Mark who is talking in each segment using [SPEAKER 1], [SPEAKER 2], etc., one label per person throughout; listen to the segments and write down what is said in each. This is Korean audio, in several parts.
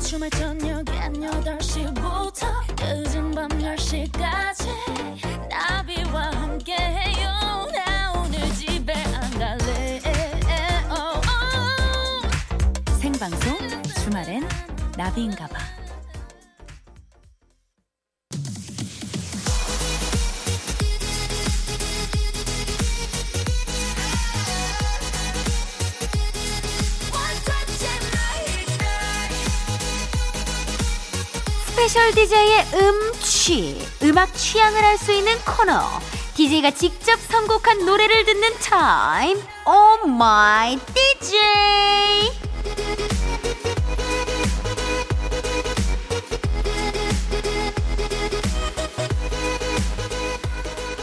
[SPEAKER 1] 주말 저녁 8시부터 늦은 밤 10시까지 나비와 함께해요 나 오늘 집에 안 갈래 어, 어.
[SPEAKER 2] 생방송 주말엔 나비인가봐.
[SPEAKER 3] 스페셜 DJ의 음취, 음악 취향을 알 수 있는 코너. DJ가 직접 선곡한 노래를 듣는 타임. Oh 오 마이 DJ.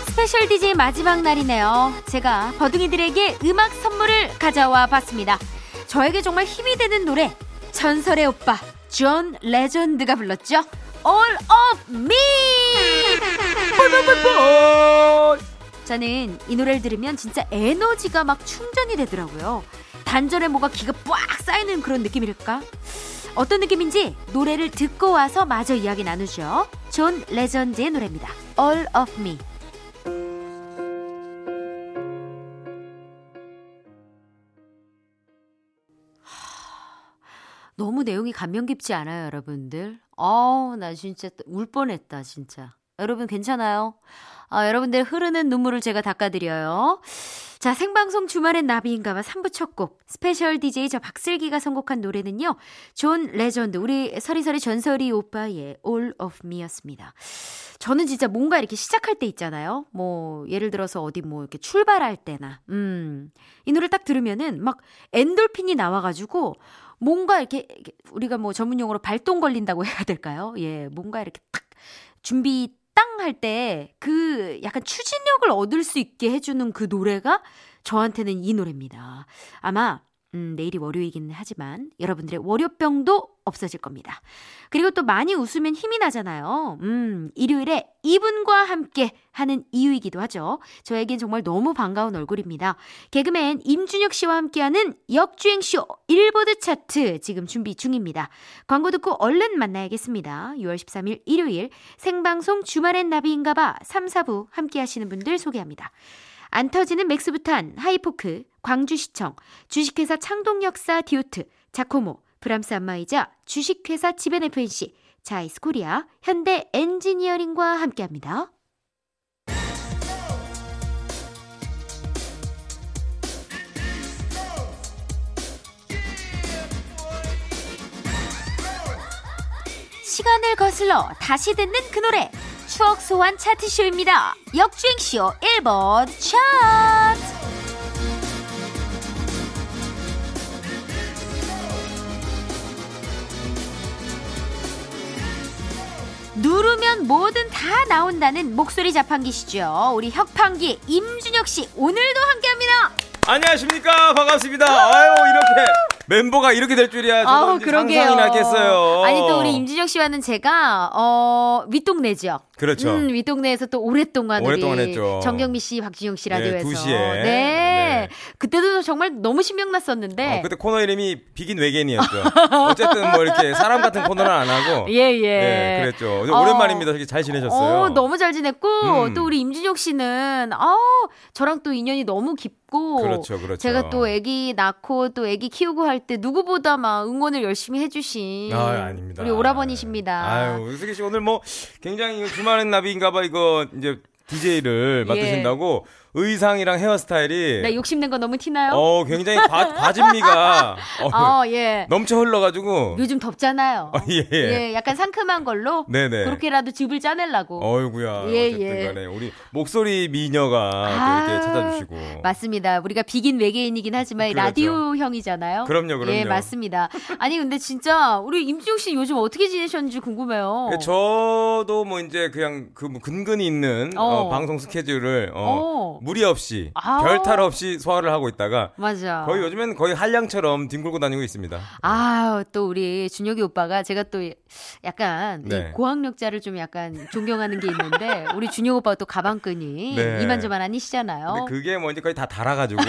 [SPEAKER 3] 스페셜 DJ 마지막 날이네요. 제가 버둥이들에게 음악 선물을 가져와 봤습니다. 저에게 정말 힘이 되는 노래, 전설의 오빠, 존 레전드가 불렀죠. All of me! 저는 이 노래를 들으면 진짜 에너지가 막 충전이 되더라고요. 단전에 뭐가 기가 빡 쌓이는 그런 느낌일까? 어떤 느낌인지 노래를 듣고 와서 마저 이야기 나누죠. 존 레전드의 노래입니다. All of me. 너무 내용이 감명 깊지 않아요, 여러분들? 어우, 나 진짜 또울 뻔했다, 진짜. 여러분 괜찮아요? 아, 여러분들 흐르는 눈물을 제가 닦아드려요. 자, 생방송 주말엔 나비인가봐 3부 첫 곡. 스페셜 DJ 저 박슬기가 선곡한 노래는요. 존 레전드, 우리 서리서리 전설이 오빠의 All of Me 였습니다. 저는 진짜 뭔가 이렇게 시작할 때 있잖아요. 뭐, 예를 들어서 어디 뭐 이렇게 출발할 때나, 음. 이 노래 딱 들으면은 막 엔돌핀이 나와가지고 뭔가 이렇게 이렇게 우리가 뭐 전문 용어로 발동 걸린다고 해야 될까요? 예, 뭔가 이렇게 탁 준비 땅 할 때 그 약간 추진력을 얻을 수 있게 해주는 그 노래가 저한테는 이 노래입니다. 아마 음, 내일이 월요일이긴 하지만 여러분들의 월요병도 없어질 겁니다. 그리고 또 많이 웃으면 힘이 나잖아요. 음, 일요일에 이분과 함께 하는 이유이기도 하죠. 저에겐 정말 너무 반가운 얼굴입니다. 개그맨 임준혁 씨와 함께하는 역주행쇼 일보드 차트 지금 준비 중입니다. 광고 듣고 얼른 만나야겠습니다. 6월 13일 일요일 생방송 주말엔 나비인가봐 3, 4부 함께하시는 분들 소개합니다. 안 터지는 맥스부탄, 하이포크, 광주시청, 주식회사 창동역사 디오트, 자코모, 브람스 안마이자 주식회사 지벤FNC, 자이스코리아, 현대 엔지니어링과 함께합니다. 시간을 거슬러 다시 듣는 그 노래 추억 소환 차트쇼입니다. 역주행쇼 1번 차트 누르면 뭐든 다 나온다는 목소리 자판기시죠. 우리 혁판기 임준혁 씨 오늘도 함께합니다.
[SPEAKER 4] 안녕하십니까 반갑습니다. 아유 이렇게 멤버가 이렇게 될 줄이야.
[SPEAKER 3] 아우
[SPEAKER 4] 저는
[SPEAKER 3] 그러게요.
[SPEAKER 4] 상상이나 했겠어요.
[SPEAKER 3] 아니 또 우리 임준혁 씨와는 제가 어 윗동네죠.
[SPEAKER 4] 그렇죠.
[SPEAKER 3] 음, 윗동네에서 또 오랫동안,
[SPEAKER 4] 오랫동안
[SPEAKER 3] 우리
[SPEAKER 4] 했죠.
[SPEAKER 3] 정경미 씨, 박진영 씨 라디오에서.
[SPEAKER 4] 네, 2시에.
[SPEAKER 3] 네.
[SPEAKER 4] 네.
[SPEAKER 3] 그때도 정말 너무 신명 났었는데.
[SPEAKER 4] 어, 그때 코너 이름이 비긴 외계인이었죠. 어쨌든 뭐 이렇게 사람 같은 코너는 안 하고.
[SPEAKER 3] 예, 예.
[SPEAKER 4] 네, 그랬죠.
[SPEAKER 3] 어.
[SPEAKER 4] 오랜만입니다. 되게 잘 지내셨어요.
[SPEAKER 3] 어, 너무 잘 지냈고
[SPEAKER 4] 음.
[SPEAKER 3] 또 우리 임준혁 씨는 아, 저랑 또 인연이 너무 깊고
[SPEAKER 4] 그렇죠, 그렇죠.
[SPEAKER 3] 제가 또 아기 낳고 또 아기 키우고 할 때 누구보다 막 응원을 열심히 해 주신
[SPEAKER 4] 아, 아닙니다.
[SPEAKER 3] 우리 오라버니십니다.
[SPEAKER 4] 아유, 유승기 씨 오늘 뭐 굉장히 주말엔 나비인가봐 이거 이제 DJ를
[SPEAKER 3] 예. 네,
[SPEAKER 4] 맡으신다고 의상이랑 헤어스타일이
[SPEAKER 3] 나 욕심낸 거 너무 티나요?
[SPEAKER 4] 예. 어 굉장히 과, 과진미가 어,
[SPEAKER 3] 아, 예.
[SPEAKER 4] 넘쳐 흘러가지고
[SPEAKER 3] 요즘 덥잖아요.
[SPEAKER 4] 어, 예.
[SPEAKER 3] 약간 상큼한 걸로
[SPEAKER 4] 네네.
[SPEAKER 3] 그렇게라도 즙을 짜내려고.
[SPEAKER 4] 예. 어이구야
[SPEAKER 3] 예, 예.
[SPEAKER 4] 어쨌든 간에 우리 목소리 미녀가 또 이렇게 찾아주시고
[SPEAKER 3] 맞습니다. 우리가 비긴 외계인이긴 하지만
[SPEAKER 4] 그렇죠.
[SPEAKER 3] 라디오 형이잖아요.
[SPEAKER 4] 그럼요, 그럼요.
[SPEAKER 3] 예, 맞습니다. 아니 근데 진짜 우리 임지용 씨 요즘 어떻게 지내셨는지 궁금해요.
[SPEAKER 4] 예, 저도 뭐 이제 그냥 그뭐 근근히 그뭐 있는 어.
[SPEAKER 3] 어.
[SPEAKER 4] 방송 스케줄을 어,
[SPEAKER 3] 어.
[SPEAKER 4] 무리 없이
[SPEAKER 3] 아.
[SPEAKER 4] 별탈 없이 소화를 하고 있다가
[SPEAKER 3] 맞아.
[SPEAKER 4] 거의 요즘엔 거의 한량처럼 뒹굴고 다니고 있습니다.
[SPEAKER 3] 아유, 또 우리 준혁이 오빠가 제가 또 약간 이
[SPEAKER 4] 네.
[SPEAKER 3] 고학력자를 좀 약간 존경하는 게 있는데 우리 준혁 오빠가 또 가방끈이
[SPEAKER 4] 네.
[SPEAKER 3] 이만저만
[SPEAKER 4] 근데
[SPEAKER 3] 아니시잖아요.
[SPEAKER 4] 그게 뭐 이제 거의 다 달아가지고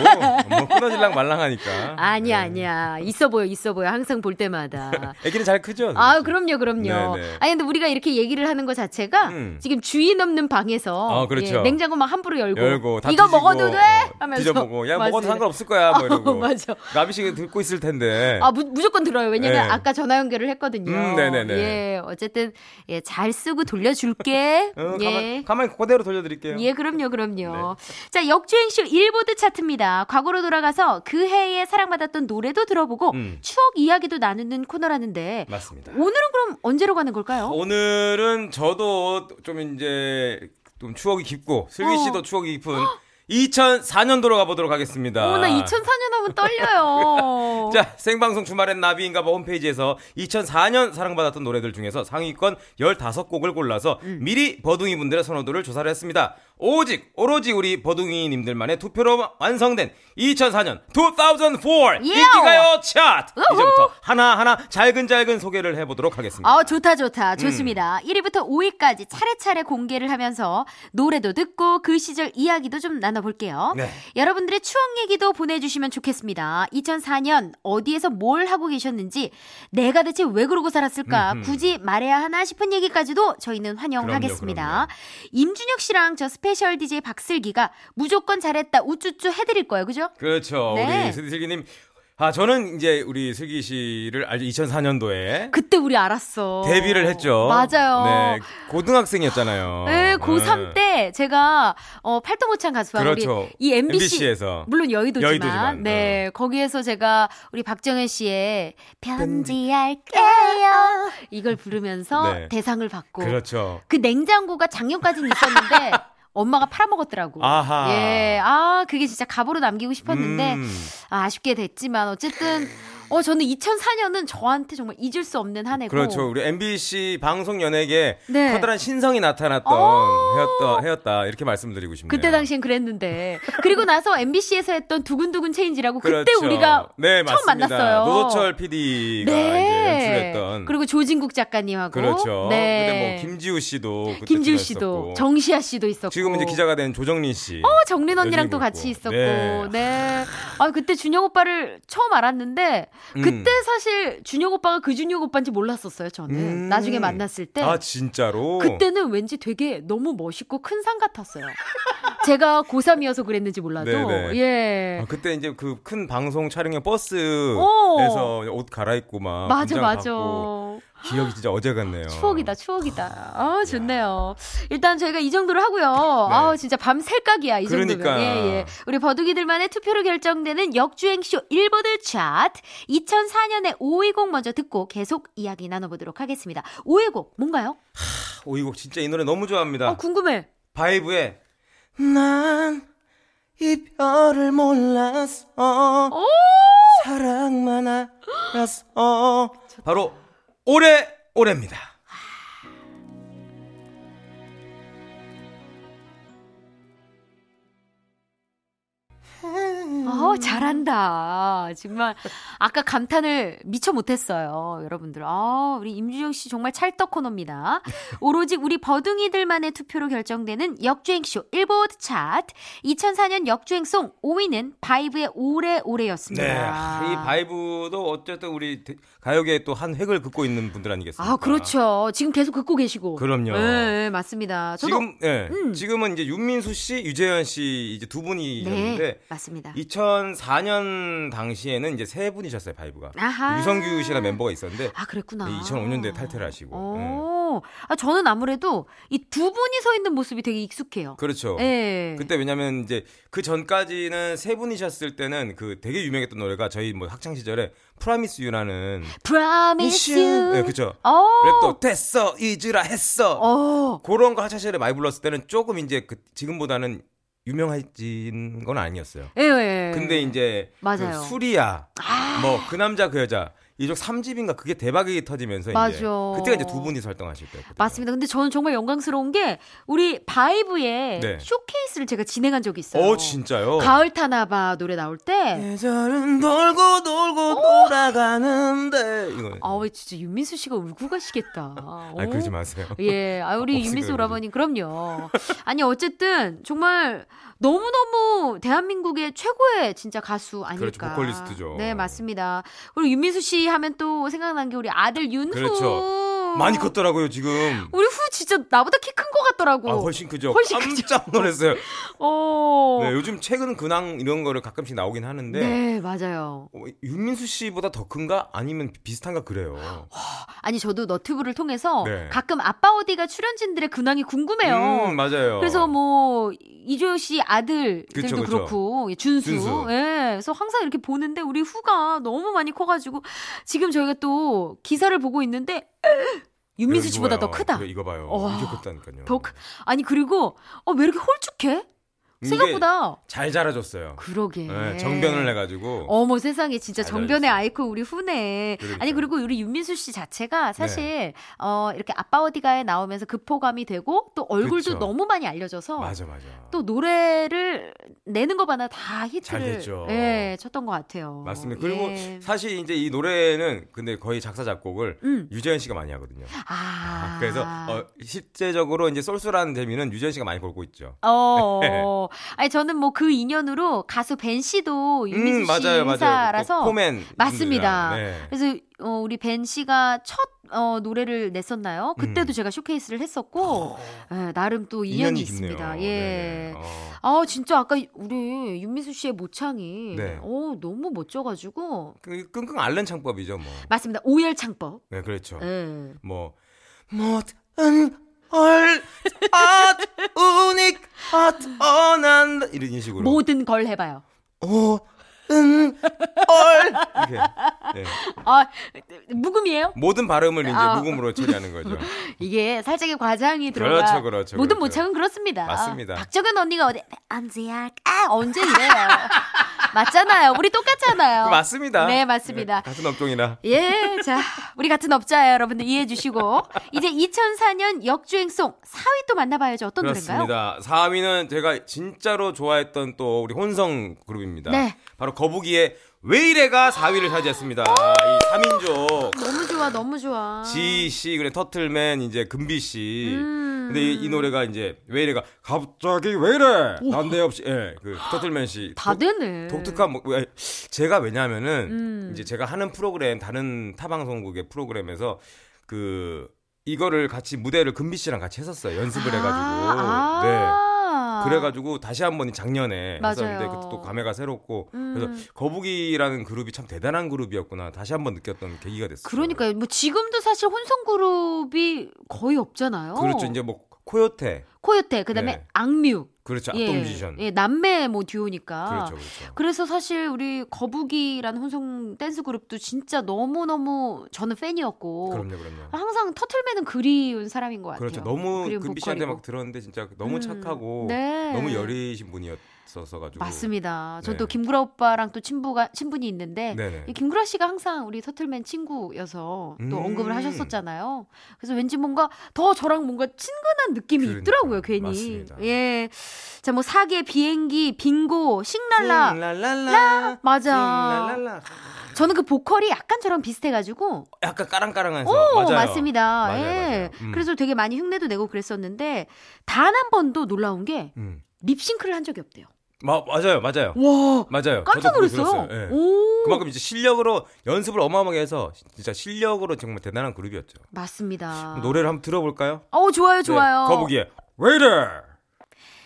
[SPEAKER 4] 뭐 끊어질랑 말랑하니까.
[SPEAKER 3] 아니야,
[SPEAKER 4] 네.
[SPEAKER 3] 아니야. 있어 보여, 있어 보여. 항상 볼 때마다.
[SPEAKER 4] 애기는 잘 크죠?
[SPEAKER 3] 아, 그럼요, 그럼요.
[SPEAKER 4] 네, 네.
[SPEAKER 3] 아니 근데 우리가 이렇게 얘기를 하는 것 자체가
[SPEAKER 4] 음.
[SPEAKER 3] 지금 주인 없는 방에서 예,
[SPEAKER 4] 아, 그렇죠.
[SPEAKER 3] 냉장고 막 함부로 열고,
[SPEAKER 4] 열고 다
[SPEAKER 3] 이거
[SPEAKER 4] 뒤지고,
[SPEAKER 3] 먹어도 돼
[SPEAKER 4] 어,
[SPEAKER 3] 하면서
[SPEAKER 4] 뒤져보고 야
[SPEAKER 3] 맞아요.
[SPEAKER 4] 먹어도 상관없을 거야 뭐 이러고.
[SPEAKER 3] 어, 맞아.
[SPEAKER 4] 라비 씨가 듣고 있을 텐데.
[SPEAKER 3] 아 무, 조건 들어요. 왜냐면
[SPEAKER 4] 네.
[SPEAKER 3] 아까 전화 연결을 했거든요.
[SPEAKER 4] 음, 네네네.
[SPEAKER 3] 예, 어쨌든 예, 잘 쓰고 돌려줄게.
[SPEAKER 4] 어,
[SPEAKER 3] 예.
[SPEAKER 4] 가만, 가만히 그대로 돌려드릴게요. 네.
[SPEAKER 3] 예, 그럼요, 그럼요. 자, 역주행쇼 일보드 차트입니다. 과거로 돌아가서 그 해에 사랑받았던 노래도 들어보고
[SPEAKER 4] 음.
[SPEAKER 3] 추억 이야기도 나누는 코너라는데
[SPEAKER 4] 맞습니다.
[SPEAKER 3] 오늘은 그럼 언제로 가는 걸까요?
[SPEAKER 4] 오늘은 저도 좀 이제 좀 추억이 깊고 슬기 씨도
[SPEAKER 3] 어.
[SPEAKER 4] 추억이 깊은 2004년도로 가보도록 하겠습니다.
[SPEAKER 3] 어머나 2004년 하면 떨려요.
[SPEAKER 4] 아. 자 생방송 주말엔 나비인가봐 홈페이지에서 2004년 사랑받았던 노래들 중에서 상위권 15곡을 골라서
[SPEAKER 3] 음.
[SPEAKER 4] 미리 버둥이 분들의 선호도를 조사를 했습니다. 오직 오로지 우리 버둥이님들만의 투표로 완성된 2004년 2004
[SPEAKER 3] 예!
[SPEAKER 4] 인기가요 차트 이제부터 하나하나 잘근잘근 소개를 해보도록 하겠습니다.
[SPEAKER 3] 아, 좋다,
[SPEAKER 4] 음.
[SPEAKER 3] 좋다. 좋습니다. 1위부터 5위까지 차례차례 공개를 하면서 노래도 듣고 그 시절 이야기도 좀 나눠볼게요.
[SPEAKER 4] 네.
[SPEAKER 3] 여러분들의 추억 얘기도 보내주시면 좋겠습니다. 2004년 어디에서 뭘 하고 계셨는지 내가 대체 왜 그러고 살았을까 굳이 말해야 하나 싶은 얘기까지도 저희는 환영하겠습니다.
[SPEAKER 4] 그럼요,
[SPEAKER 3] 임준혁 씨랑 저 스페셜 DJ 박슬기가 무조건 잘했다 우쭈쭈 해드릴 거예요. 그죠?
[SPEAKER 4] 그렇죠.
[SPEAKER 3] 네.
[SPEAKER 4] 우리 슬기- 슬기님. 아, 저는 이제 우리 슬기 씨를 알 2004년도에
[SPEAKER 3] 그때 우리 알았어.
[SPEAKER 4] 데뷔를
[SPEAKER 3] 그렇죠.
[SPEAKER 4] 했죠.
[SPEAKER 3] 맞아요.
[SPEAKER 4] 네. 고등학생이었잖아요.
[SPEAKER 3] 네, 고3 때 제가 어, 팔도모창 가수와
[SPEAKER 4] 그렇죠.
[SPEAKER 3] 우리 이 MBC,
[SPEAKER 4] MBC에서.
[SPEAKER 3] 물론 여의도지만,
[SPEAKER 4] 여의도지만, 어.
[SPEAKER 3] 네 거기에서 제가 우리 박정현 씨의 편지할게요 이걸 부르면서
[SPEAKER 4] 네.
[SPEAKER 3] 대상을 받고
[SPEAKER 4] 그렇죠.
[SPEAKER 3] 그 냉장고가 작년까지는 있었는데 엄마가 팔아먹었더라고.
[SPEAKER 4] 아하.
[SPEAKER 3] 예, 아 그게 진짜 갑으로 남기고 싶었는데
[SPEAKER 4] 음.
[SPEAKER 3] 아, 쉽게 됐지만 어쨌든 어 저는 2004년은 저한테 정말 잊을 수 없는 한 해고.
[SPEAKER 4] 그렇죠. 우리 MBC 방송 연예계
[SPEAKER 3] 네. 어.
[SPEAKER 4] 커다란 신성이 나타났던 해였다, 해였다 이렇게 말씀드리고 싶네요.
[SPEAKER 3] 그때 당시엔 그랬는데 그리고 나서 MBC에서 했던 두근두근 체인지라고 그때
[SPEAKER 4] 그렇죠.
[SPEAKER 3] 우리가
[SPEAKER 4] 네,
[SPEAKER 3] 처음
[SPEAKER 4] 맞습니다.
[SPEAKER 3] 만났어요. 네.
[SPEAKER 4] 노소철 PD가 이제 연출했던
[SPEAKER 3] 그리고 조진국 작가님하고
[SPEAKER 4] 그렇죠.
[SPEAKER 3] 네.
[SPEAKER 4] 그때 뭐 김지우 씨도 그때
[SPEAKER 3] 김지우 씨도
[SPEAKER 4] 출연했었고.
[SPEAKER 3] 정시아 씨도 있었고
[SPEAKER 4] 지금 이제 기자가 된 조정린 씨.
[SPEAKER 3] 어, 정린 언니랑 또
[SPEAKER 4] 여진이고
[SPEAKER 3] 같이
[SPEAKER 4] 있고.
[SPEAKER 3] 있었고
[SPEAKER 4] 네.
[SPEAKER 3] 네. 아 그때 준혁 오빠를 처음 알았는데 그때
[SPEAKER 4] 음.
[SPEAKER 3] 사실 준혁 오빠가 그 준혁 오빠인지 몰랐었어요 저는
[SPEAKER 4] 음.
[SPEAKER 3] 나중에 만났을 때
[SPEAKER 4] 아 진짜로.
[SPEAKER 3] 그때는 왠지 되게 너무 멋있고 큰 상 같았어요. 제가 고3이어서 그랬는지 몰라도
[SPEAKER 4] 네네.
[SPEAKER 3] 예.
[SPEAKER 4] 아, 그때 이제 그 큰 방송 촬영용 버스에서
[SPEAKER 3] 오.
[SPEAKER 4] 옷 갈아입고 막
[SPEAKER 3] 어. 맞아
[SPEAKER 4] 분장
[SPEAKER 3] 맞아.
[SPEAKER 4] 받고. 기억이 진짜 어제 같네요.
[SPEAKER 3] 추억이다 추억이다. 아 좋네요. 일단 저희가 이 정도로 하고요. 아우 진짜 밤 새각이야 이
[SPEAKER 4] 네. 그러니까.
[SPEAKER 3] 정도면. 예, 예. 우리 버둥이들만의 투표로 결정되는 역주행쇼 일보드 차트 2004년에 5위 곡 먼저 듣고 계속 이야기 나눠보도록 하겠습니다. 5위 곡 뭔가요?
[SPEAKER 4] 오 이거 진짜 이 노래 너무 좋아합니다.
[SPEAKER 3] 어 궁금해.
[SPEAKER 4] 바이브의 난 이별을 몰랐어 사랑만 알았어 바로 오래 오래입니다.
[SPEAKER 3] 어 잘한다. 정말 아까 감탄을 미처 못했어요, 여러분들. 아 우리 임준영 씨 정말 찰떡 코너입니다. 오로지 우리 버둥이들만의 투표로 결정되는 역주행쇼 일보드 차트 2004년 역주행송 5위는 바이브의 오래오래였습니다.
[SPEAKER 4] 네, 아, 이 바이브도 어쨌든 우리 대- 가요계에 또 한 획을 긋고 있는 분들 아니겠습니까?
[SPEAKER 3] 아 그렇죠. 지금 계속 긋고 계시고.
[SPEAKER 4] 그럼요.
[SPEAKER 3] 네, 맞습니다. 저도 음.
[SPEAKER 4] 지금 예, 지금은 이제 윤민수 씨, 유재현 씨 이제 두 분이셨는데
[SPEAKER 3] 네 맞습니다.
[SPEAKER 4] 2004년 당시에는 이제 세 분이셨어요 바이브가
[SPEAKER 3] 아하.
[SPEAKER 4] 유성규 씨가 멤버가 있었는데
[SPEAKER 3] 아 그랬구나.
[SPEAKER 4] 2005년도에 네, 탈퇴를 하시고 예.
[SPEAKER 3] 오, 아, 저는 아무래도 이 두 분이 서 있는 모습이 되게 익숙해요.
[SPEAKER 4] 그렇죠.
[SPEAKER 3] 예.
[SPEAKER 4] 그때 왜냐면 이제 그 전까지는 세 분이셨을 때는 그 되게 유명했던 노래가 저희 뭐 학창 시절에 프라미스 유라는
[SPEAKER 3] Promise you.
[SPEAKER 4] 네, 그죠.
[SPEAKER 3] 어.
[SPEAKER 4] 랩도 됐어 잊으라 했어
[SPEAKER 3] 어.
[SPEAKER 4] 그런 거 하차시절에 많이 불렀을 때는 조금 이제 그 지금보다는 유명해진 건 아니었어요.
[SPEAKER 3] 예, 예.
[SPEAKER 4] 근데 이제
[SPEAKER 3] 맞아요.
[SPEAKER 4] 그 수리야 뭐 그 남자 그 여자 이쪽 3집인가 그게 대박이 터지면서 이제
[SPEAKER 3] 맞아.
[SPEAKER 4] 그때가 이제 두 분이서 활동하실 때
[SPEAKER 3] 맞습니다. 근데 저는 정말 영광스러운 게 우리 바이브의
[SPEAKER 4] 네.
[SPEAKER 3] 쇼케이스를 제가 진행한 적이 있어요.
[SPEAKER 4] 어 진짜요? 네.
[SPEAKER 3] 가을 타나봐 노래 나올 때
[SPEAKER 4] 계절은 돌고 돌고 돌아가는데 이거.
[SPEAKER 3] 아우 진짜 윤민수 씨가 울고 가시겠다.
[SPEAKER 4] 아
[SPEAKER 3] 어?
[SPEAKER 4] 그러지 마세요.
[SPEAKER 3] 예, 아 우리
[SPEAKER 4] 없으니까
[SPEAKER 3] 윤민수
[SPEAKER 4] 어, 그러지.
[SPEAKER 3] 오라버님 그럼요. 아니 어쨌든 정말 너무 너무 대한민국의 최고의 진짜 가수
[SPEAKER 4] 그렇죠,
[SPEAKER 3] 아닐까.
[SPEAKER 4] 보컬리스트죠.
[SPEAKER 3] 네 맞습니다. 우리 윤민수 씨 하면 또 생각난 게 우리 아들 윤후.
[SPEAKER 4] 그렇죠. 많이 컸더라고요 지금.
[SPEAKER 3] 우리 후 진짜 나보다 키 큰 것 같더라고.
[SPEAKER 4] 아 훨씬 크죠.
[SPEAKER 3] 훨씬 크죠.
[SPEAKER 4] 깜짝 놀랐어요.
[SPEAKER 3] 어.
[SPEAKER 4] 네, 요즘 최근 근황 이런 거를 가끔씩 나오긴 하는데
[SPEAKER 3] 네, 맞아요.
[SPEAKER 4] 어, 윤민수 씨보다 더 큰가 아니면 비슷한가 그래요.
[SPEAKER 3] 아니 저도 너튜브를 통해서
[SPEAKER 4] 네.
[SPEAKER 3] 가끔 아빠 어디가 출연진들의 근황이 궁금해요.
[SPEAKER 4] 음, 맞아요.
[SPEAKER 3] 그래서 뭐 이조혁 씨
[SPEAKER 4] 그쵸,
[SPEAKER 3] 아들들도
[SPEAKER 4] 그쵸.
[SPEAKER 3] 그렇고 준수,
[SPEAKER 4] 준수.
[SPEAKER 3] 예, 그래서 항상 이렇게 보는데 우리 후가 너무 많이 커가지고 지금 저희가 또 기사를 보고 있는데 윤민수
[SPEAKER 4] 이거
[SPEAKER 3] 씨보다
[SPEAKER 4] 봐요.
[SPEAKER 3] 더 크다.
[SPEAKER 4] 이거, 이거 봐요.
[SPEAKER 3] 와,
[SPEAKER 4] 이게 크다니까요.
[SPEAKER 3] 더 크- 아니 그리고 어 왜 이렇게 홀쭉해?
[SPEAKER 4] 이게
[SPEAKER 3] 생각보다
[SPEAKER 4] 잘 자라줬어요.
[SPEAKER 3] 그러게.
[SPEAKER 4] 네, 정변을 해가지고
[SPEAKER 3] 어머 세상에 진짜
[SPEAKER 4] 잘
[SPEAKER 3] 정변의
[SPEAKER 4] 알았어요.
[SPEAKER 3] 아이콘 우리 후네.
[SPEAKER 4] 그러니까요. 네.
[SPEAKER 3] 아니 그리고 우리 윤민수 씨 자체가 사실 어 이렇게 아빠 어디가에 나오면서 급포감이 되고 또 얼굴도
[SPEAKER 4] 그쵸.
[SPEAKER 3] 너무 많이 알려져서
[SPEAKER 4] 맞아 맞아.
[SPEAKER 3] 또 노래를 내는 것마다 다
[SPEAKER 4] 잘
[SPEAKER 3] 히트를
[SPEAKER 4] 됐죠.
[SPEAKER 3] 예, 쳤던 것 같아요.
[SPEAKER 4] 맞습니다. 그리고
[SPEAKER 3] 예.
[SPEAKER 4] 사실 이제 이 노래는 근데 거의 작사 작곡을
[SPEAKER 3] 음.
[SPEAKER 4] 유재현 씨가 많이 하거든요.
[SPEAKER 3] 아.
[SPEAKER 4] 그래서 어, 실제적으로 이제 쏠쏠한 재미는 유재현 씨가 많이 걸고 있죠.
[SPEAKER 3] 어, 어. 아니 저는 뭐 그 인연으로 가수 벤 씨도
[SPEAKER 4] 음
[SPEAKER 3] 유민수 씨
[SPEAKER 4] 맞아요 맞아요.
[SPEAKER 3] 인사라서
[SPEAKER 4] 그 포맨
[SPEAKER 3] 맞습니다.
[SPEAKER 4] 분들이랑, 네.
[SPEAKER 3] 그래서 어, 우리 벤 씨가 첫 어, 노래를 냈었나요? 그때도 제가 쇼케이스를 했었고 예, 나름 또 인연이,
[SPEAKER 4] 음. 어. 인연이 깊네요.
[SPEAKER 3] 있습니다.
[SPEAKER 4] 네네.
[SPEAKER 3] 예.
[SPEAKER 4] 어.
[SPEAKER 3] 아 진짜 아까 우리 윤민수 씨의 모창이
[SPEAKER 4] 네.
[SPEAKER 3] 어 너무 멋져가지고
[SPEAKER 4] 그 끙끙 앓는 창법이죠 뭐.
[SPEAKER 3] 맞습니다 오열 창법.
[SPEAKER 4] 네 그렇죠.
[SPEAKER 3] 예.
[SPEAKER 4] 뭐 못은 얼 앗, 우닉 앗, 어난 이런 식으로
[SPEAKER 3] 모든 걸 해봐요.
[SPEAKER 4] 오은 얼 이렇게 네.
[SPEAKER 3] 아 묵음이에요?
[SPEAKER 4] 모든 발음을 이제
[SPEAKER 3] 아.
[SPEAKER 4] 묵음으로 처리하는 거죠.
[SPEAKER 3] 이게 살짝의 과장이 들어가.
[SPEAKER 4] 그렇죠, 그렇죠,
[SPEAKER 3] 모든
[SPEAKER 4] 그렇죠.
[SPEAKER 3] 모창은 그렇습니다.
[SPEAKER 4] 맞습니다.
[SPEAKER 3] 아, 박정현 언니가 어디 언제야? 아 언제 이래요? 맞잖아요. 우리 똑같잖아요.
[SPEAKER 4] 그 맞습니다.
[SPEAKER 3] 네 맞습니다.
[SPEAKER 4] 네, 같은 업종이나
[SPEAKER 3] 예, 자, 우리 같은 업자예요, 여러분들 이해해 주시고. 이제 2004년 역주행송 4위 또 만나봐야죠. 어떤 노래인가요?
[SPEAKER 4] 그렇습니다. 4위는 제가 진짜로 좋아했던 또 우리 혼성 그룹입니다.
[SPEAKER 3] 네.
[SPEAKER 4] 바로 거북이의 왜 이래가 4위를 차지했습니다.
[SPEAKER 3] 아.
[SPEAKER 4] 이 3인조
[SPEAKER 3] 너무 좋아, 너무 좋아.
[SPEAKER 4] 지 씨, 그래 터틀맨 이제 금비 씨.
[SPEAKER 3] 음.
[SPEAKER 4] 근데 이, 이 노래가 이제 왜 이래가 갑자기 왜 이래? 난데없이 예, 그 터틀맨 씨.
[SPEAKER 3] 다
[SPEAKER 4] 독-
[SPEAKER 3] 되네.
[SPEAKER 4] 독특한 뭐 왜- 제가 왜냐면은
[SPEAKER 3] 음.
[SPEAKER 4] 이제 제가 하는 프로그램 다른 타 방송국의 프로그램에서 그 이거를 같이 무대를 금비 씨랑 같이 했었어요. 연습을 해 가지고. 네.
[SPEAKER 3] 아,
[SPEAKER 4] 그래가지고 다시 한 번 작년에
[SPEAKER 3] 맞아요.
[SPEAKER 4] 했었는데 그때 또 감회가 새롭고
[SPEAKER 3] 음.
[SPEAKER 4] 그래서 거북이라는 그룹이 참 대단한 그룹이었구나 다시 한 번 느꼈던 계기가 됐어요.
[SPEAKER 3] 그러니까요. 뭐 지금도 사실 혼성 그룹이 거의 없잖아요.
[SPEAKER 4] 그렇죠. 이제 뭐 코요테
[SPEAKER 3] 코요테, 그다음에
[SPEAKER 4] 네.
[SPEAKER 3] 악뮤.
[SPEAKER 4] 그렇죠. 악동 뮤지션.
[SPEAKER 3] 예, 남매 뭐 듀오니까.
[SPEAKER 4] 그렇죠, 그렇죠.
[SPEAKER 3] 래서 사실 우리 거북이라는 혼성 댄스 그룹도 진짜 너무 너무 저는 팬이었고
[SPEAKER 4] 그럼요, 그럼요.
[SPEAKER 3] 항상 터틀맨은 그리운 사람인 것 같아요.
[SPEAKER 4] 그렇죠. 너무
[SPEAKER 3] 아, 그리운
[SPEAKER 4] 금비 씨한테
[SPEAKER 3] 보컬이고.
[SPEAKER 4] 막 들었는데 진짜 너무
[SPEAKER 3] 음,
[SPEAKER 4] 착하고
[SPEAKER 3] 네.
[SPEAKER 4] 너무 여리신 분이었어서 가지고
[SPEAKER 3] 맞습니다. 저도
[SPEAKER 4] 네.
[SPEAKER 3] 김구라 오빠랑 또 친부가 친분이 있는데
[SPEAKER 4] 네네.
[SPEAKER 3] 이 김구라 씨가 항상 우리 터틀맨 친구여서 또
[SPEAKER 4] 음.
[SPEAKER 3] 언급을 하셨었잖아요. 그래서 왠지 뭔가 더 저랑 뭔가 친근한 느낌이
[SPEAKER 4] 그러니까요.
[SPEAKER 3] 있더라고요, 괜히.
[SPEAKER 4] 맞습니다.
[SPEAKER 3] 예. 자, 뭐 사계 비행기, 빙고, 식날라.
[SPEAKER 4] 랄랄라.
[SPEAKER 3] 맞아.
[SPEAKER 4] 랄랄라.
[SPEAKER 3] 저는 그 보컬이 약간 저랑 비슷해가지고
[SPEAKER 4] 약간 까랑까랑해서
[SPEAKER 3] 오,
[SPEAKER 4] 어, 맞아요.
[SPEAKER 3] 습니다
[SPEAKER 4] 맞아요,
[SPEAKER 3] 예.
[SPEAKER 4] 맞아요. 음.
[SPEAKER 3] 그래서 되게 많이 흉내도 내고 그랬었는데 단 한 번도 놀라운 게
[SPEAKER 4] 음.
[SPEAKER 3] 립싱크를 한 적이 없대요.
[SPEAKER 4] 마, 맞아요, 맞아요.
[SPEAKER 3] 와,
[SPEAKER 4] 맞아요.
[SPEAKER 3] 음. 깜짝
[SPEAKER 4] 저도 그거
[SPEAKER 3] 놀랐어요.
[SPEAKER 4] 들었어요. 예.
[SPEAKER 3] 오,
[SPEAKER 4] 그만큼 이제 실력으로 연습을 어마어마하게 해서 진짜 실력으로 정말 대단한 그룹이었죠.
[SPEAKER 3] 맞습니다.
[SPEAKER 4] 노래를 한번 들어볼까요?
[SPEAKER 3] 어, 아. 좋아요,
[SPEAKER 4] 네,
[SPEAKER 3] 좋아요.
[SPEAKER 4] 거북이의 왜 이래?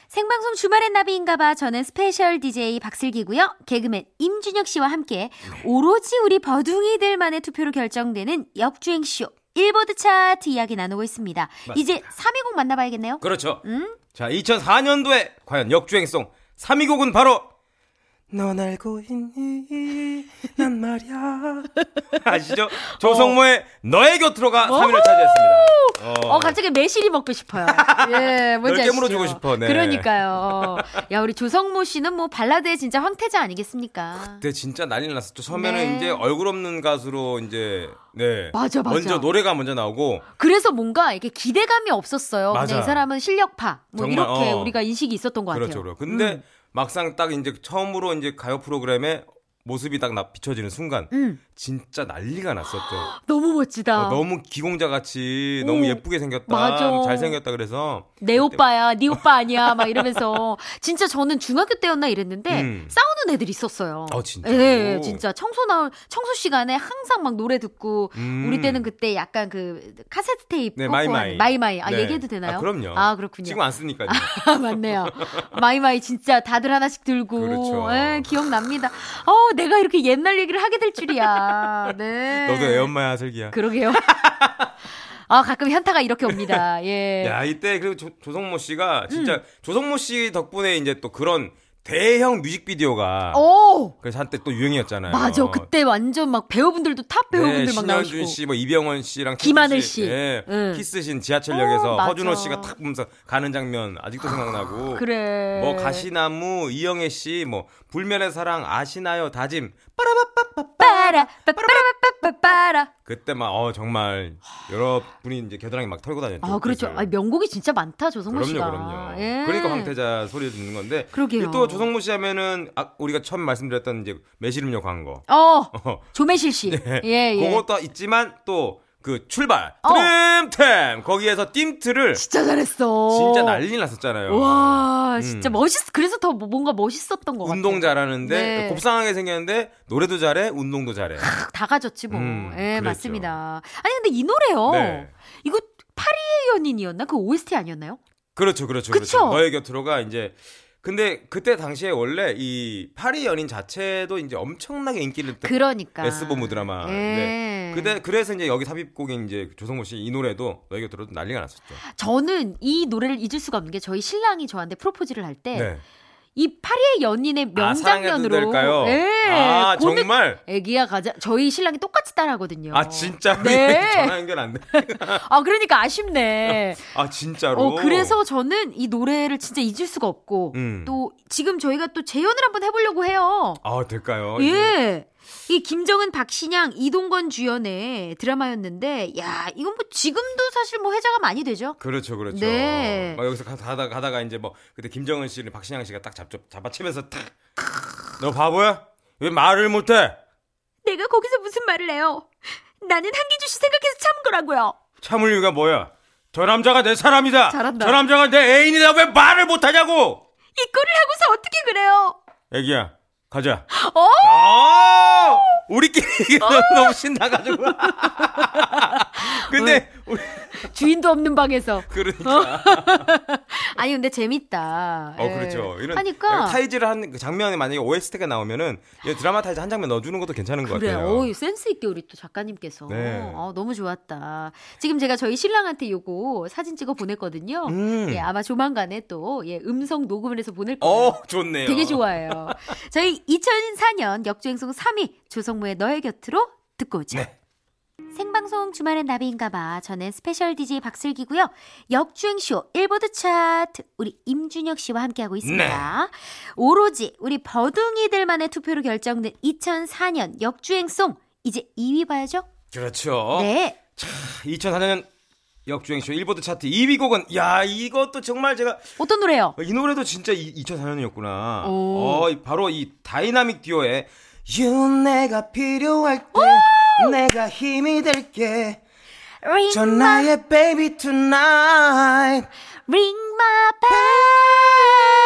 [SPEAKER 2] 생방송 주말엔 나비인가봐 저는 스페셜 DJ 박슬기고요. 개그맨 임준혁 씨와 함께
[SPEAKER 4] 네.
[SPEAKER 2] 오로지 우리 버둥이들만의 투표로 결정되는 역주행 쇼 일보드 차트 이야기 나누고 있습니다. 이제 3위 곡
[SPEAKER 4] 그,
[SPEAKER 2] 만나봐야겠네요.
[SPEAKER 4] 그렇죠. 자, 2004년도에 과연 역주행송 3위 곡은 바로 넌 알고 있니? 난 말이야. 아시죠? 조성모의 너의 곁으로가 3위를 차지했습니다.
[SPEAKER 3] 어, 갑자기 매실이 먹고 싶어요. 예, 뭔지
[SPEAKER 4] 넓게
[SPEAKER 3] 아시죠?
[SPEAKER 4] 물어주고 싶어, 네.
[SPEAKER 3] 그러니까요. 어. 야, 우리 조성모 씨는 뭐 발라드의 진짜 황태자 아니겠습니까?
[SPEAKER 4] 그때 진짜 난리 났었죠. 처음에는
[SPEAKER 3] 네.
[SPEAKER 4] 이제 얼굴 없는 가수로 이제 네.
[SPEAKER 3] 맞아, 맞아.
[SPEAKER 4] 먼저 노래가 먼저 나오고
[SPEAKER 3] 그래서 뭔가 이렇게 기대감이 없었어요.
[SPEAKER 4] 맞아.
[SPEAKER 3] 그냥 이 사람은 실력파. 뭐
[SPEAKER 4] 정말,
[SPEAKER 3] 이렇게
[SPEAKER 4] 어.
[SPEAKER 3] 우리가 인식이 있었던 것
[SPEAKER 4] 그렇죠.
[SPEAKER 3] 같아요.
[SPEAKER 4] 그렇죠. 근데
[SPEAKER 3] 음.
[SPEAKER 4] 막상 딱 이제 처음으로 이제 가요 프로그램에 모습이 딱 나- 비춰지는 순간
[SPEAKER 3] 음.
[SPEAKER 4] 진짜 난리가 났었죠.
[SPEAKER 3] 너무
[SPEAKER 4] 어,
[SPEAKER 3] 멋지다.
[SPEAKER 4] 너무 기공자 같이
[SPEAKER 3] 오.
[SPEAKER 4] 너무 예쁘게 생겼다.
[SPEAKER 3] 맞아.
[SPEAKER 4] 잘 생겼다 그래서
[SPEAKER 3] 내 오빠야, 네 오빠 아니야, 막 이러면서 진짜 저는 중학교 때였나 이랬는데
[SPEAKER 4] 음.
[SPEAKER 3] 싸우는 애들 있었어요.
[SPEAKER 4] 아, 진짜요?
[SPEAKER 3] 네, 진짜 청소 나 청소 시간에 항상 막 노래 듣고
[SPEAKER 4] 음.
[SPEAKER 3] 우리 때는 그때 약간 그 카세트 테이프
[SPEAKER 4] 네,
[SPEAKER 3] 꽂고
[SPEAKER 4] 마이마이.
[SPEAKER 3] 하는- 마이마이 아
[SPEAKER 4] 네.
[SPEAKER 3] 얘기해도 되나요?
[SPEAKER 4] 아, 그럼요.
[SPEAKER 3] 아 그렇군요.
[SPEAKER 4] 지금 안 쓰니까요.
[SPEAKER 3] 아, 맞네요. 마이마이 진짜 다들 하나씩 들고.
[SPEAKER 4] 그렇죠.
[SPEAKER 3] 예, 기억납니다. 어, 내가 이렇게 옛날 얘기를 하게 될 줄이야. 네.
[SPEAKER 4] 너도 애 엄마야 슬기야.
[SPEAKER 3] 그러게요. 아, 가끔 현타가 이렇게 옵니다. 예.
[SPEAKER 4] 야 이때 그리고 조, 조성모
[SPEAKER 3] 음.
[SPEAKER 4] 씨가 진짜 조성모 씨 덕분에 이제 또 그런 대형 뮤직비디오가
[SPEAKER 3] 오!
[SPEAKER 4] 그래서 한때 또 유행이었잖아요.
[SPEAKER 3] 어? 맞아. 그때 완전 막 배우분들도 탑 배우분들
[SPEAKER 4] 어. 네,
[SPEAKER 3] 막 나오시고.
[SPEAKER 4] 신현준 씨, 뭐 이병헌 씨랑
[SPEAKER 3] 김하늘
[SPEAKER 4] 키스
[SPEAKER 3] 씨.
[SPEAKER 4] 예,
[SPEAKER 3] 응.
[SPEAKER 4] 키스신 지하철역에서
[SPEAKER 3] 어, 맞아.
[SPEAKER 4] 허준호 씨가 탁 보면서 가는 장면 아직도 생각나고.
[SPEAKER 3] 그래.
[SPEAKER 4] 뭐 가시나무 이영애 씨, 뭐 불면의 사랑 아시나요 다짐.
[SPEAKER 3] 빠라 빠빠라빠빠빠라.
[SPEAKER 4] 그때 막 어 정말 여러 분이 이제 겨드랑이 막 털고 다녔죠.
[SPEAKER 3] 아, 그렇죠.
[SPEAKER 4] 그래서.
[SPEAKER 3] 아, 명곡이 진짜 많다. 조성모
[SPEAKER 4] 그럼요,
[SPEAKER 3] 씨가.
[SPEAKER 4] 그럼요.
[SPEAKER 3] 예.
[SPEAKER 4] 그러니까 황태자 소리를 듣는 건데.
[SPEAKER 3] 그러게요.
[SPEAKER 4] 또 조성모 씨 하면은 아, 우리가 처음 말씀드렸던 이제 매실음료 광고.
[SPEAKER 3] 어.
[SPEAKER 4] 어,
[SPEAKER 3] 조매실 씨. 예, 예.
[SPEAKER 4] 그것도 있지만 또 그 출발
[SPEAKER 3] 어.
[SPEAKER 4] 트림템 거기에서 띵트를
[SPEAKER 3] 진짜 잘했어.
[SPEAKER 4] 진짜 난리 났었잖아요.
[SPEAKER 3] 와, 진짜
[SPEAKER 4] 음.
[SPEAKER 3] 멋있, 그래서 더 뭐, 뭔가 멋있었던 것 같아요.
[SPEAKER 4] 운동 잘하는데
[SPEAKER 3] 네.
[SPEAKER 4] 곱상하게 생겼는데 노래도 잘해 운동도 잘해.
[SPEAKER 3] 탁다 가졌지 뭐.
[SPEAKER 4] 음,
[SPEAKER 3] 예,
[SPEAKER 4] 그랬죠.
[SPEAKER 3] 맞습니다. 아니, 근데 이 노래요.
[SPEAKER 4] 네.
[SPEAKER 3] 이거 파리의 연인이었나? 그 OST 아니었나요?
[SPEAKER 4] 그렇죠, 그렇죠,
[SPEAKER 3] 그쵸?
[SPEAKER 4] 그렇죠. 너의 곁으로가 이제 근데 그때 당시에 원래 이 파리 연인 자체도 이제 엄청나게 인기를 그...
[SPEAKER 3] 그러니까.
[SPEAKER 4] S본부 드라마.
[SPEAKER 3] 예.
[SPEAKER 4] 네. 근데 그래서 이제 여기 삽입곡인 이제 그 조성모 씨 이 노래도 너의 곁으로도 난리가 났었죠.
[SPEAKER 3] 저는 이 노래를 잊을 수가 없는 게 저희 신랑이 저한테 프로포즈를 할 때 이
[SPEAKER 4] 네.
[SPEAKER 3] 파리의 연인의
[SPEAKER 4] 아, 사랑해도
[SPEAKER 3] 명장면으로
[SPEAKER 4] 될까요?
[SPEAKER 3] 예.
[SPEAKER 4] 아
[SPEAKER 3] 고백-
[SPEAKER 4] 정말.
[SPEAKER 3] 애기야 가자. 저희 신랑이 똑같이 따라하거든요.
[SPEAKER 4] 아 진짜
[SPEAKER 3] 네.
[SPEAKER 4] 전화 연결 안 돼.
[SPEAKER 3] 아 그러니까 아쉽네.
[SPEAKER 4] 아 진짜로.
[SPEAKER 3] 어, 그래서 저는 이 노래를 진짜 잊을 수가 없고
[SPEAKER 4] 음.
[SPEAKER 3] 또 지금 저희가 또 재연을 한번 해보려고 해요.
[SPEAKER 4] 아 될까요? 이게?
[SPEAKER 3] 예. 이 김정은, 박신양, 이동건 주연의 드라마였는데, 야, 이건 뭐 지금도 사실 뭐 회자가 많이 되죠.
[SPEAKER 4] 그렇죠, 그렇죠.
[SPEAKER 3] 네.
[SPEAKER 4] 막 여기서 가- 가다가 가다가 이제 뭐 그때 김정은 씨를 박신양 씨가 딱 잡죠, 잡아치면서 탁. 너 바보야? 왜 말을 못해?
[SPEAKER 3] 내가 거기서 무슨 말을 해요? 나는 한기주 씨 생각해서 참은 거라고요.
[SPEAKER 4] 참을 이유가 뭐야? 저 남자가 내 사람이다.
[SPEAKER 3] 잘한다.
[SPEAKER 4] 저 남자가 내 애인이다. 왜 말을 못하냐고?
[SPEAKER 3] 이 꼴을 하고서 어떻게 그래요?
[SPEAKER 4] 애기야, 가자.
[SPEAKER 3] 어?
[SPEAKER 4] 아! 우리끼리 이게 너무, 너무 신나가지고. 근데 우리
[SPEAKER 3] 주인도 없는 방에서.
[SPEAKER 4] 그러니까.
[SPEAKER 3] 어? 아니, 근데 재밌다.
[SPEAKER 4] 어
[SPEAKER 3] 예.
[SPEAKER 4] 그렇죠. 이런
[SPEAKER 3] 하니까.
[SPEAKER 4] 타이즈를 한그 장면에 만약에 OST가 나오면은 이 드라마타이즈 한 장면 넣어주는 것도 괜찮은 것
[SPEAKER 3] 그래,
[SPEAKER 4] 같아요.
[SPEAKER 3] 어우, 센스있게 우리 또 작가님께서.
[SPEAKER 4] 네.
[SPEAKER 3] 어, 너무 좋았다. 지금 제가 저희 신랑한테 요거 사진 찍어 보냈거든요.
[SPEAKER 4] 음.
[SPEAKER 3] 예, 아마 조만간에 또, 예, 음성 녹음을 해서 보낼 거예요.
[SPEAKER 4] 어 좋네요.
[SPEAKER 3] 되게 좋아요. 저희 2004년 역주행송 3위 조성모의 너의 곁으로 듣고 오죠.
[SPEAKER 4] 네.
[SPEAKER 2] 생방송 주말엔 나비인가봐. 저는 스페셜 DJ 박슬기고요. 역주행쇼 일보드 차트 우리 임준혁 씨와 함께하고 있습니다.
[SPEAKER 4] 네.
[SPEAKER 2] 오로지 우리 버둥이들만의 투표로 결정된 2004년 역주행송 이제 2위 봐야죠.
[SPEAKER 4] 그렇죠.
[SPEAKER 2] 네.
[SPEAKER 4] 2004년 역주행쇼 일보드 차트 2위 곡은 야 이것도 정말 제가
[SPEAKER 3] 어떤 노래요?
[SPEAKER 4] 이 노래도 진짜 2004년이었구나.
[SPEAKER 3] 오.
[SPEAKER 4] 어, 이- 바로 이 다이나믹 듀오의 윤 내가 필요할 때 내가 힘이 될게
[SPEAKER 2] Ring
[SPEAKER 4] 전 나의 baby tonight
[SPEAKER 2] ring my bell.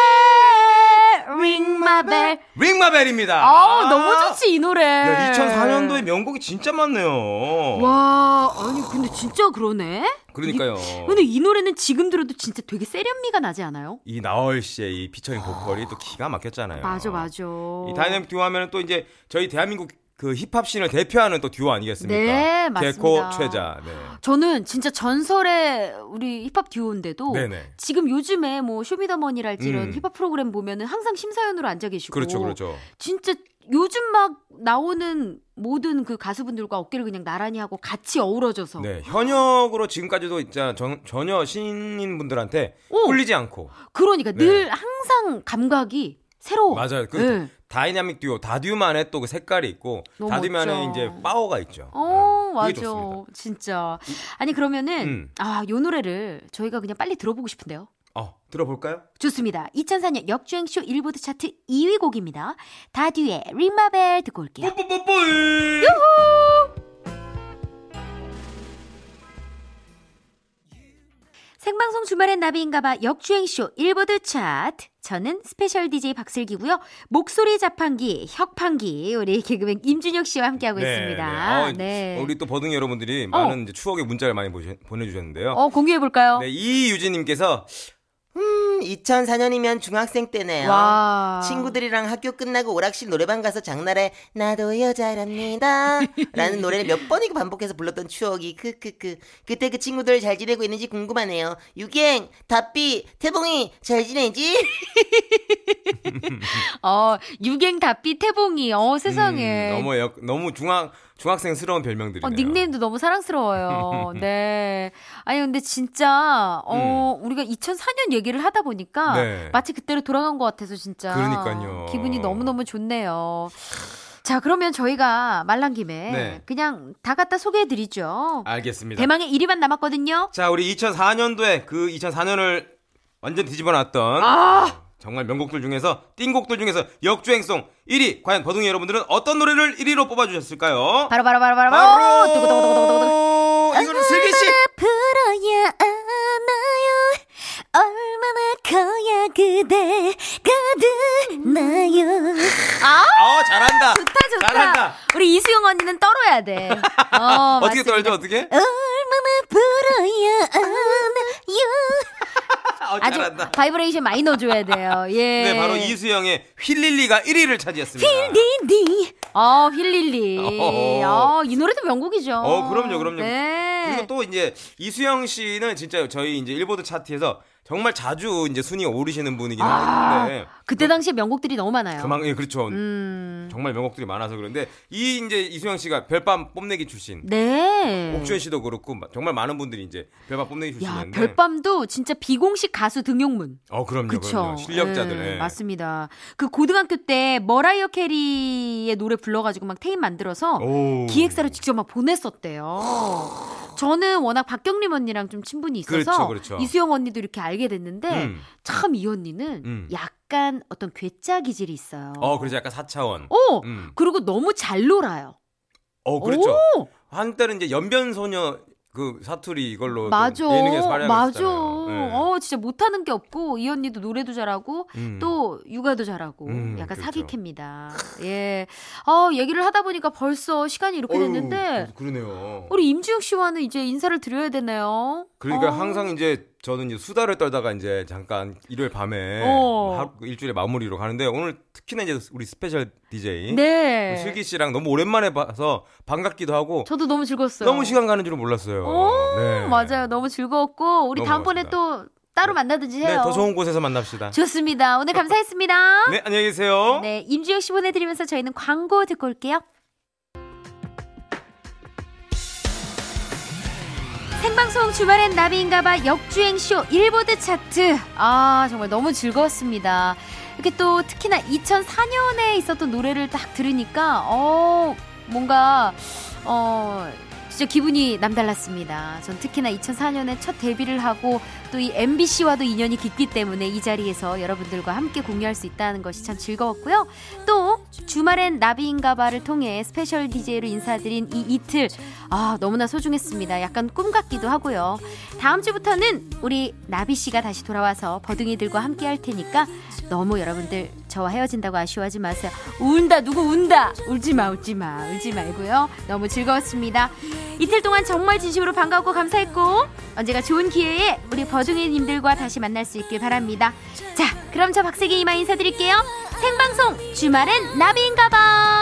[SPEAKER 2] ring my bell.
[SPEAKER 4] 링마벨입니다.
[SPEAKER 3] 아우 너무 좋지 이 노래.
[SPEAKER 4] 야, 2004년도에 명곡이 진짜 많네요.
[SPEAKER 3] 와 아니 근데 진짜 그러네.
[SPEAKER 4] 그러니까요.
[SPEAKER 3] 이- 근데 이 노래는 지금 들어도 진짜 되게 세련미가 나지 않아요?
[SPEAKER 4] 이 나얼 씨의 이 피처링 네. 보컬이 또 기가 막혔잖아요.
[SPEAKER 3] 맞아 맞아.
[SPEAKER 4] 이 다이내믹 듀오 하면은 또 이제 저희 대한민국 그 힙합 씬을 대표하는 또 듀오 아니겠습니까?
[SPEAKER 3] 네, 맞습니다.
[SPEAKER 4] 개코 최자. 네.
[SPEAKER 3] 저는 진짜 전설의 우리 힙합 듀오인데도
[SPEAKER 4] 네네.
[SPEAKER 3] 지금 요즘에 뭐 쇼미더머니랄지 이런
[SPEAKER 4] 음.
[SPEAKER 3] 힙합 프로그램 보면은 항상 심사위원으로 앉아 계시고
[SPEAKER 4] 그렇죠, 그렇죠.
[SPEAKER 3] 진짜 요즘 막 나오는 모든 그 가수분들과 어깨를 그냥 나란히 하고 같이 어우러져서
[SPEAKER 4] 네, 현역으로 지금까지도 있잖아 전, 전혀 신인 분들한테
[SPEAKER 3] 오!
[SPEAKER 4] 꿀리지 않고
[SPEAKER 3] 그러니까
[SPEAKER 4] 네.
[SPEAKER 3] 늘 항상 감각이 새로워.
[SPEAKER 4] 맞아요. 그
[SPEAKER 3] 네.
[SPEAKER 4] 다이나믹 듀오 다듀만의 또 그 색깔이 있고
[SPEAKER 3] 너무
[SPEAKER 4] 다듀만의
[SPEAKER 3] 멋져.
[SPEAKER 4] 이제 파워가 있죠.
[SPEAKER 3] 어,
[SPEAKER 4] 네,
[SPEAKER 3] 맞아.
[SPEAKER 4] 그게 좋습니다.
[SPEAKER 3] 진짜. 아니, 그러면은,
[SPEAKER 4] 음.
[SPEAKER 3] 아, 요 노래를 저희가 그냥 빨리 들어보고 싶은데요.
[SPEAKER 4] 어, 들어볼까요?
[SPEAKER 3] 좋습니다. 2004년 역주행쇼 일보드 차트 2위 곡입니다. 다듀의 림마벨 듣고
[SPEAKER 5] 네.
[SPEAKER 3] 올게요.
[SPEAKER 4] 뽀뽀뽀뽀.
[SPEAKER 3] 생방송 주말엔 나비인가봐 역주행쇼 일보드 차트. 저는 스페셜 DJ 박슬기고요. 목소리 자판기, 혁판기 우리 개그맨 임준혁 씨와 함께하고 있습니다.
[SPEAKER 4] 네. 어, 우리 또 버둥이 여러분들이 많은 이제 추억의 문자를 많이 보내- 보내주셨는데요.
[SPEAKER 3] 어, 공유해 볼까요?
[SPEAKER 4] 네, 이유진님께서
[SPEAKER 5] 2004년이면 중학생 때네요.
[SPEAKER 3] 와.
[SPEAKER 5] 친구들이랑 학교 끝나고 오락실 노래방 가서 장날에 나도 여자랍니다 라는 노래를 몇 번이고 반복해서 불렀던 추억이 크크크 그때 그 친구들 잘 지내고 있는지 궁금하네요 유갱, 다삐, 태봉이 잘 지내지?
[SPEAKER 3] 어, 유갱 답비 태봉이. 어, 세상에.
[SPEAKER 4] 음, 너무 역, 너무 중학 중학생스러운 별명들이네요.
[SPEAKER 3] 어, 닉네임도 너무 사랑스러워요. 네. 아니, 근데 진짜, 어, 우리가 2004년 얘기를 하다 보니까
[SPEAKER 4] 음. 네.
[SPEAKER 3] 마치 그때로 돌아간 것 같아서 진짜.
[SPEAKER 4] 그러니까요.
[SPEAKER 3] 기분이 너무너무 좋네요. 자, 그러면 저희가 말란 김에
[SPEAKER 4] 네.
[SPEAKER 3] 그냥 다 갖다 소개해드리죠.
[SPEAKER 4] 알겠습니다.
[SPEAKER 3] 대망의 1위만 남았거든요.
[SPEAKER 4] 자, 우리 2004년도에 그 2004년을 완전 뒤집어놨던
[SPEAKER 3] 아!
[SPEAKER 4] 정말 명곡들 중에서 띵곡들 중에서 역주행송 1위 과연 버둥이 여러분들은 어떤 노래를 1위로 뽑아주셨을까요?
[SPEAKER 3] 바로, 바로, 바로, 바로, 바로!
[SPEAKER 4] 바로
[SPEAKER 3] 두구두구두구두구두구.
[SPEAKER 4] 이거는 슬기 씨.
[SPEAKER 2] 풀어야 안아요 얼마나 커야 그대가 되나요
[SPEAKER 4] 아 잘한다.
[SPEAKER 3] 좋다, 좋다.
[SPEAKER 4] 잘한다.
[SPEAKER 3] 우리 이수영 언니는 떨어야 돼. 어,
[SPEAKER 4] 어떻게
[SPEAKER 3] 맞습니다.
[SPEAKER 4] 떨죠? 어떻게?
[SPEAKER 2] 얼마나 풀어야 안아요
[SPEAKER 4] 아,
[SPEAKER 3] 아주
[SPEAKER 4] 잘한다.
[SPEAKER 3] 바이브레이션 많이 넣어줘야 돼요. 예.
[SPEAKER 4] 네, 바로 이수영의 휠릴리가 1위를 차지했습니다.
[SPEAKER 2] 니
[SPEAKER 3] 어, 휠릴리.
[SPEAKER 4] 어허.
[SPEAKER 3] 어, 이 노래도 명곡이죠.
[SPEAKER 4] 어, 그럼요, 그럼요.
[SPEAKER 3] 네.
[SPEAKER 4] 그리고 또 이제 이수영 씨는 진짜 저희 이제 일보드 차트에서 정말 자주 이제 순위 오르시는 분이긴
[SPEAKER 3] 아.
[SPEAKER 4] 한데
[SPEAKER 3] 그때 당시에 명곡들이 너무 많아요.
[SPEAKER 4] 그만 예 그렇죠.
[SPEAKER 3] 음.
[SPEAKER 4] 정말 명곡들이 많아서 그런데 이 이제 이수영 씨가 별밤 뽐내기 출신
[SPEAKER 3] 네.
[SPEAKER 4] 옥주현 씨도 그렇고 마- 정말 많은 분들이 이제 별밤 뽐내기
[SPEAKER 3] 야,
[SPEAKER 4] 출신인데
[SPEAKER 3] 별밤도 진짜 비공식 가수 등용문.
[SPEAKER 4] 어 그럼요
[SPEAKER 3] 그쵸.
[SPEAKER 4] 그럼요 실력자들
[SPEAKER 3] 예,
[SPEAKER 4] 예.
[SPEAKER 3] 맞습니다. 그 고등학교 때 머라이어 캐리의 노래 불러가지고 막 테이프 만들어서
[SPEAKER 4] 오.
[SPEAKER 3] 기획사로 직접 막 보냈었대요. 저는 워낙 박경림 언니랑 좀 친분이 있어서
[SPEAKER 4] 그렇죠, 그렇죠.
[SPEAKER 3] 이수영 언니도 이렇게 알게 됐는데
[SPEAKER 4] 음.
[SPEAKER 3] 참 이 언니는
[SPEAKER 4] 음.
[SPEAKER 3] 약간 어떤 괴짜 기질이 있어요.
[SPEAKER 4] 어 그래서 약간 4차원
[SPEAKER 3] 오!
[SPEAKER 4] 음.
[SPEAKER 3] 그리고 너무 잘 놀아요.
[SPEAKER 4] 어 그렇죠
[SPEAKER 3] 오!
[SPEAKER 4] 한때는 이제 연변 소녀 그 사투리 이걸로 또
[SPEAKER 3] 맞아.
[SPEAKER 4] 예능에서 활약했잖아요 예.
[SPEAKER 3] 맞아. 어, 진짜 못하는 게 없고 이 언니도 노래도 잘하고 또 육아도 잘하고
[SPEAKER 4] 음,
[SPEAKER 3] 약간
[SPEAKER 4] 그렇죠.
[SPEAKER 3] 사기캐입니다. 예. 어, 얘기를 하다 보니까 벌써 시간이 이렇게 됐는데
[SPEAKER 4] 그러네요
[SPEAKER 3] 우리 임지혁 씨와는 이제 인사를 드려야 되나요?
[SPEAKER 4] 그러니까
[SPEAKER 3] 어.
[SPEAKER 4] 항상 이제 저는 이제 수다를 떨다가 이제 잠깐 일요일 밤에
[SPEAKER 3] 어.
[SPEAKER 4] 하루- 일주일의 마무리로 가는데 오늘 특히나 이제 우리 스페셜 DJ
[SPEAKER 3] 네.
[SPEAKER 4] 우리 슬기 씨랑 너무 오랜만에 봐서 반갑기도 하고
[SPEAKER 3] 저도 너무 즐거웠어요.
[SPEAKER 4] 너무 시간 가는 줄은 몰랐어요.
[SPEAKER 3] 오,
[SPEAKER 4] 네.
[SPEAKER 3] 맞아요. 너무 즐거웠고 우리
[SPEAKER 4] 너무
[SPEAKER 3] 다음번에 또 따로 만나든지 해요.
[SPEAKER 4] 네, 더 좋은 곳에서 만납시다.
[SPEAKER 3] 좋습니다. 오늘 감사했습니다.
[SPEAKER 4] 네, 안녕히 계세요.
[SPEAKER 3] 네, 임지혁 씨 보내드리면서 저희는 광고 듣고 올게요. 생방송 주말엔 나비인가봐 역주행쇼 일보드 차트. 아, 정말 너무 즐거웠습니다. 이렇게 또 특히나 2004년에 있었던 노래를 딱 들으니까, 어, 뭔가, 어, 진짜 기분이 남달랐습니다. 전 특히나 2004년에 첫 데뷔를 하고 또 이 MBC와도 인연이 깊기 때문에 이 자리에서 여러분들과 함께 공유할 수 있다는 것이 참 즐거웠고요. 또 주말엔 나비인가봐를 통해 스페셜 DJ로 인사드린 이 이틀 아 너무나 소중했습니다. 약간 꿈 같기도 하고요. 다음 주부터는 우리 나비 씨가 다시 돌아와서 버둥이들과 함께 할 테니까 너무 여러분들 저와 헤어진다고 아쉬워하지 마세요. 운다 누구 운다 울지 마 울지 마 울지 말고요. 너무 즐거웠습니다. 이틀 동안 정말 진심으로 반가웠고 감사했고 언제가 좋은 기회에 우리 버둥이님들과 다시 만날 수 있길 바랍니다. 자, 그럼 저 박세기 이만 인사드릴게요. 생방송 주말엔 나비인가봐.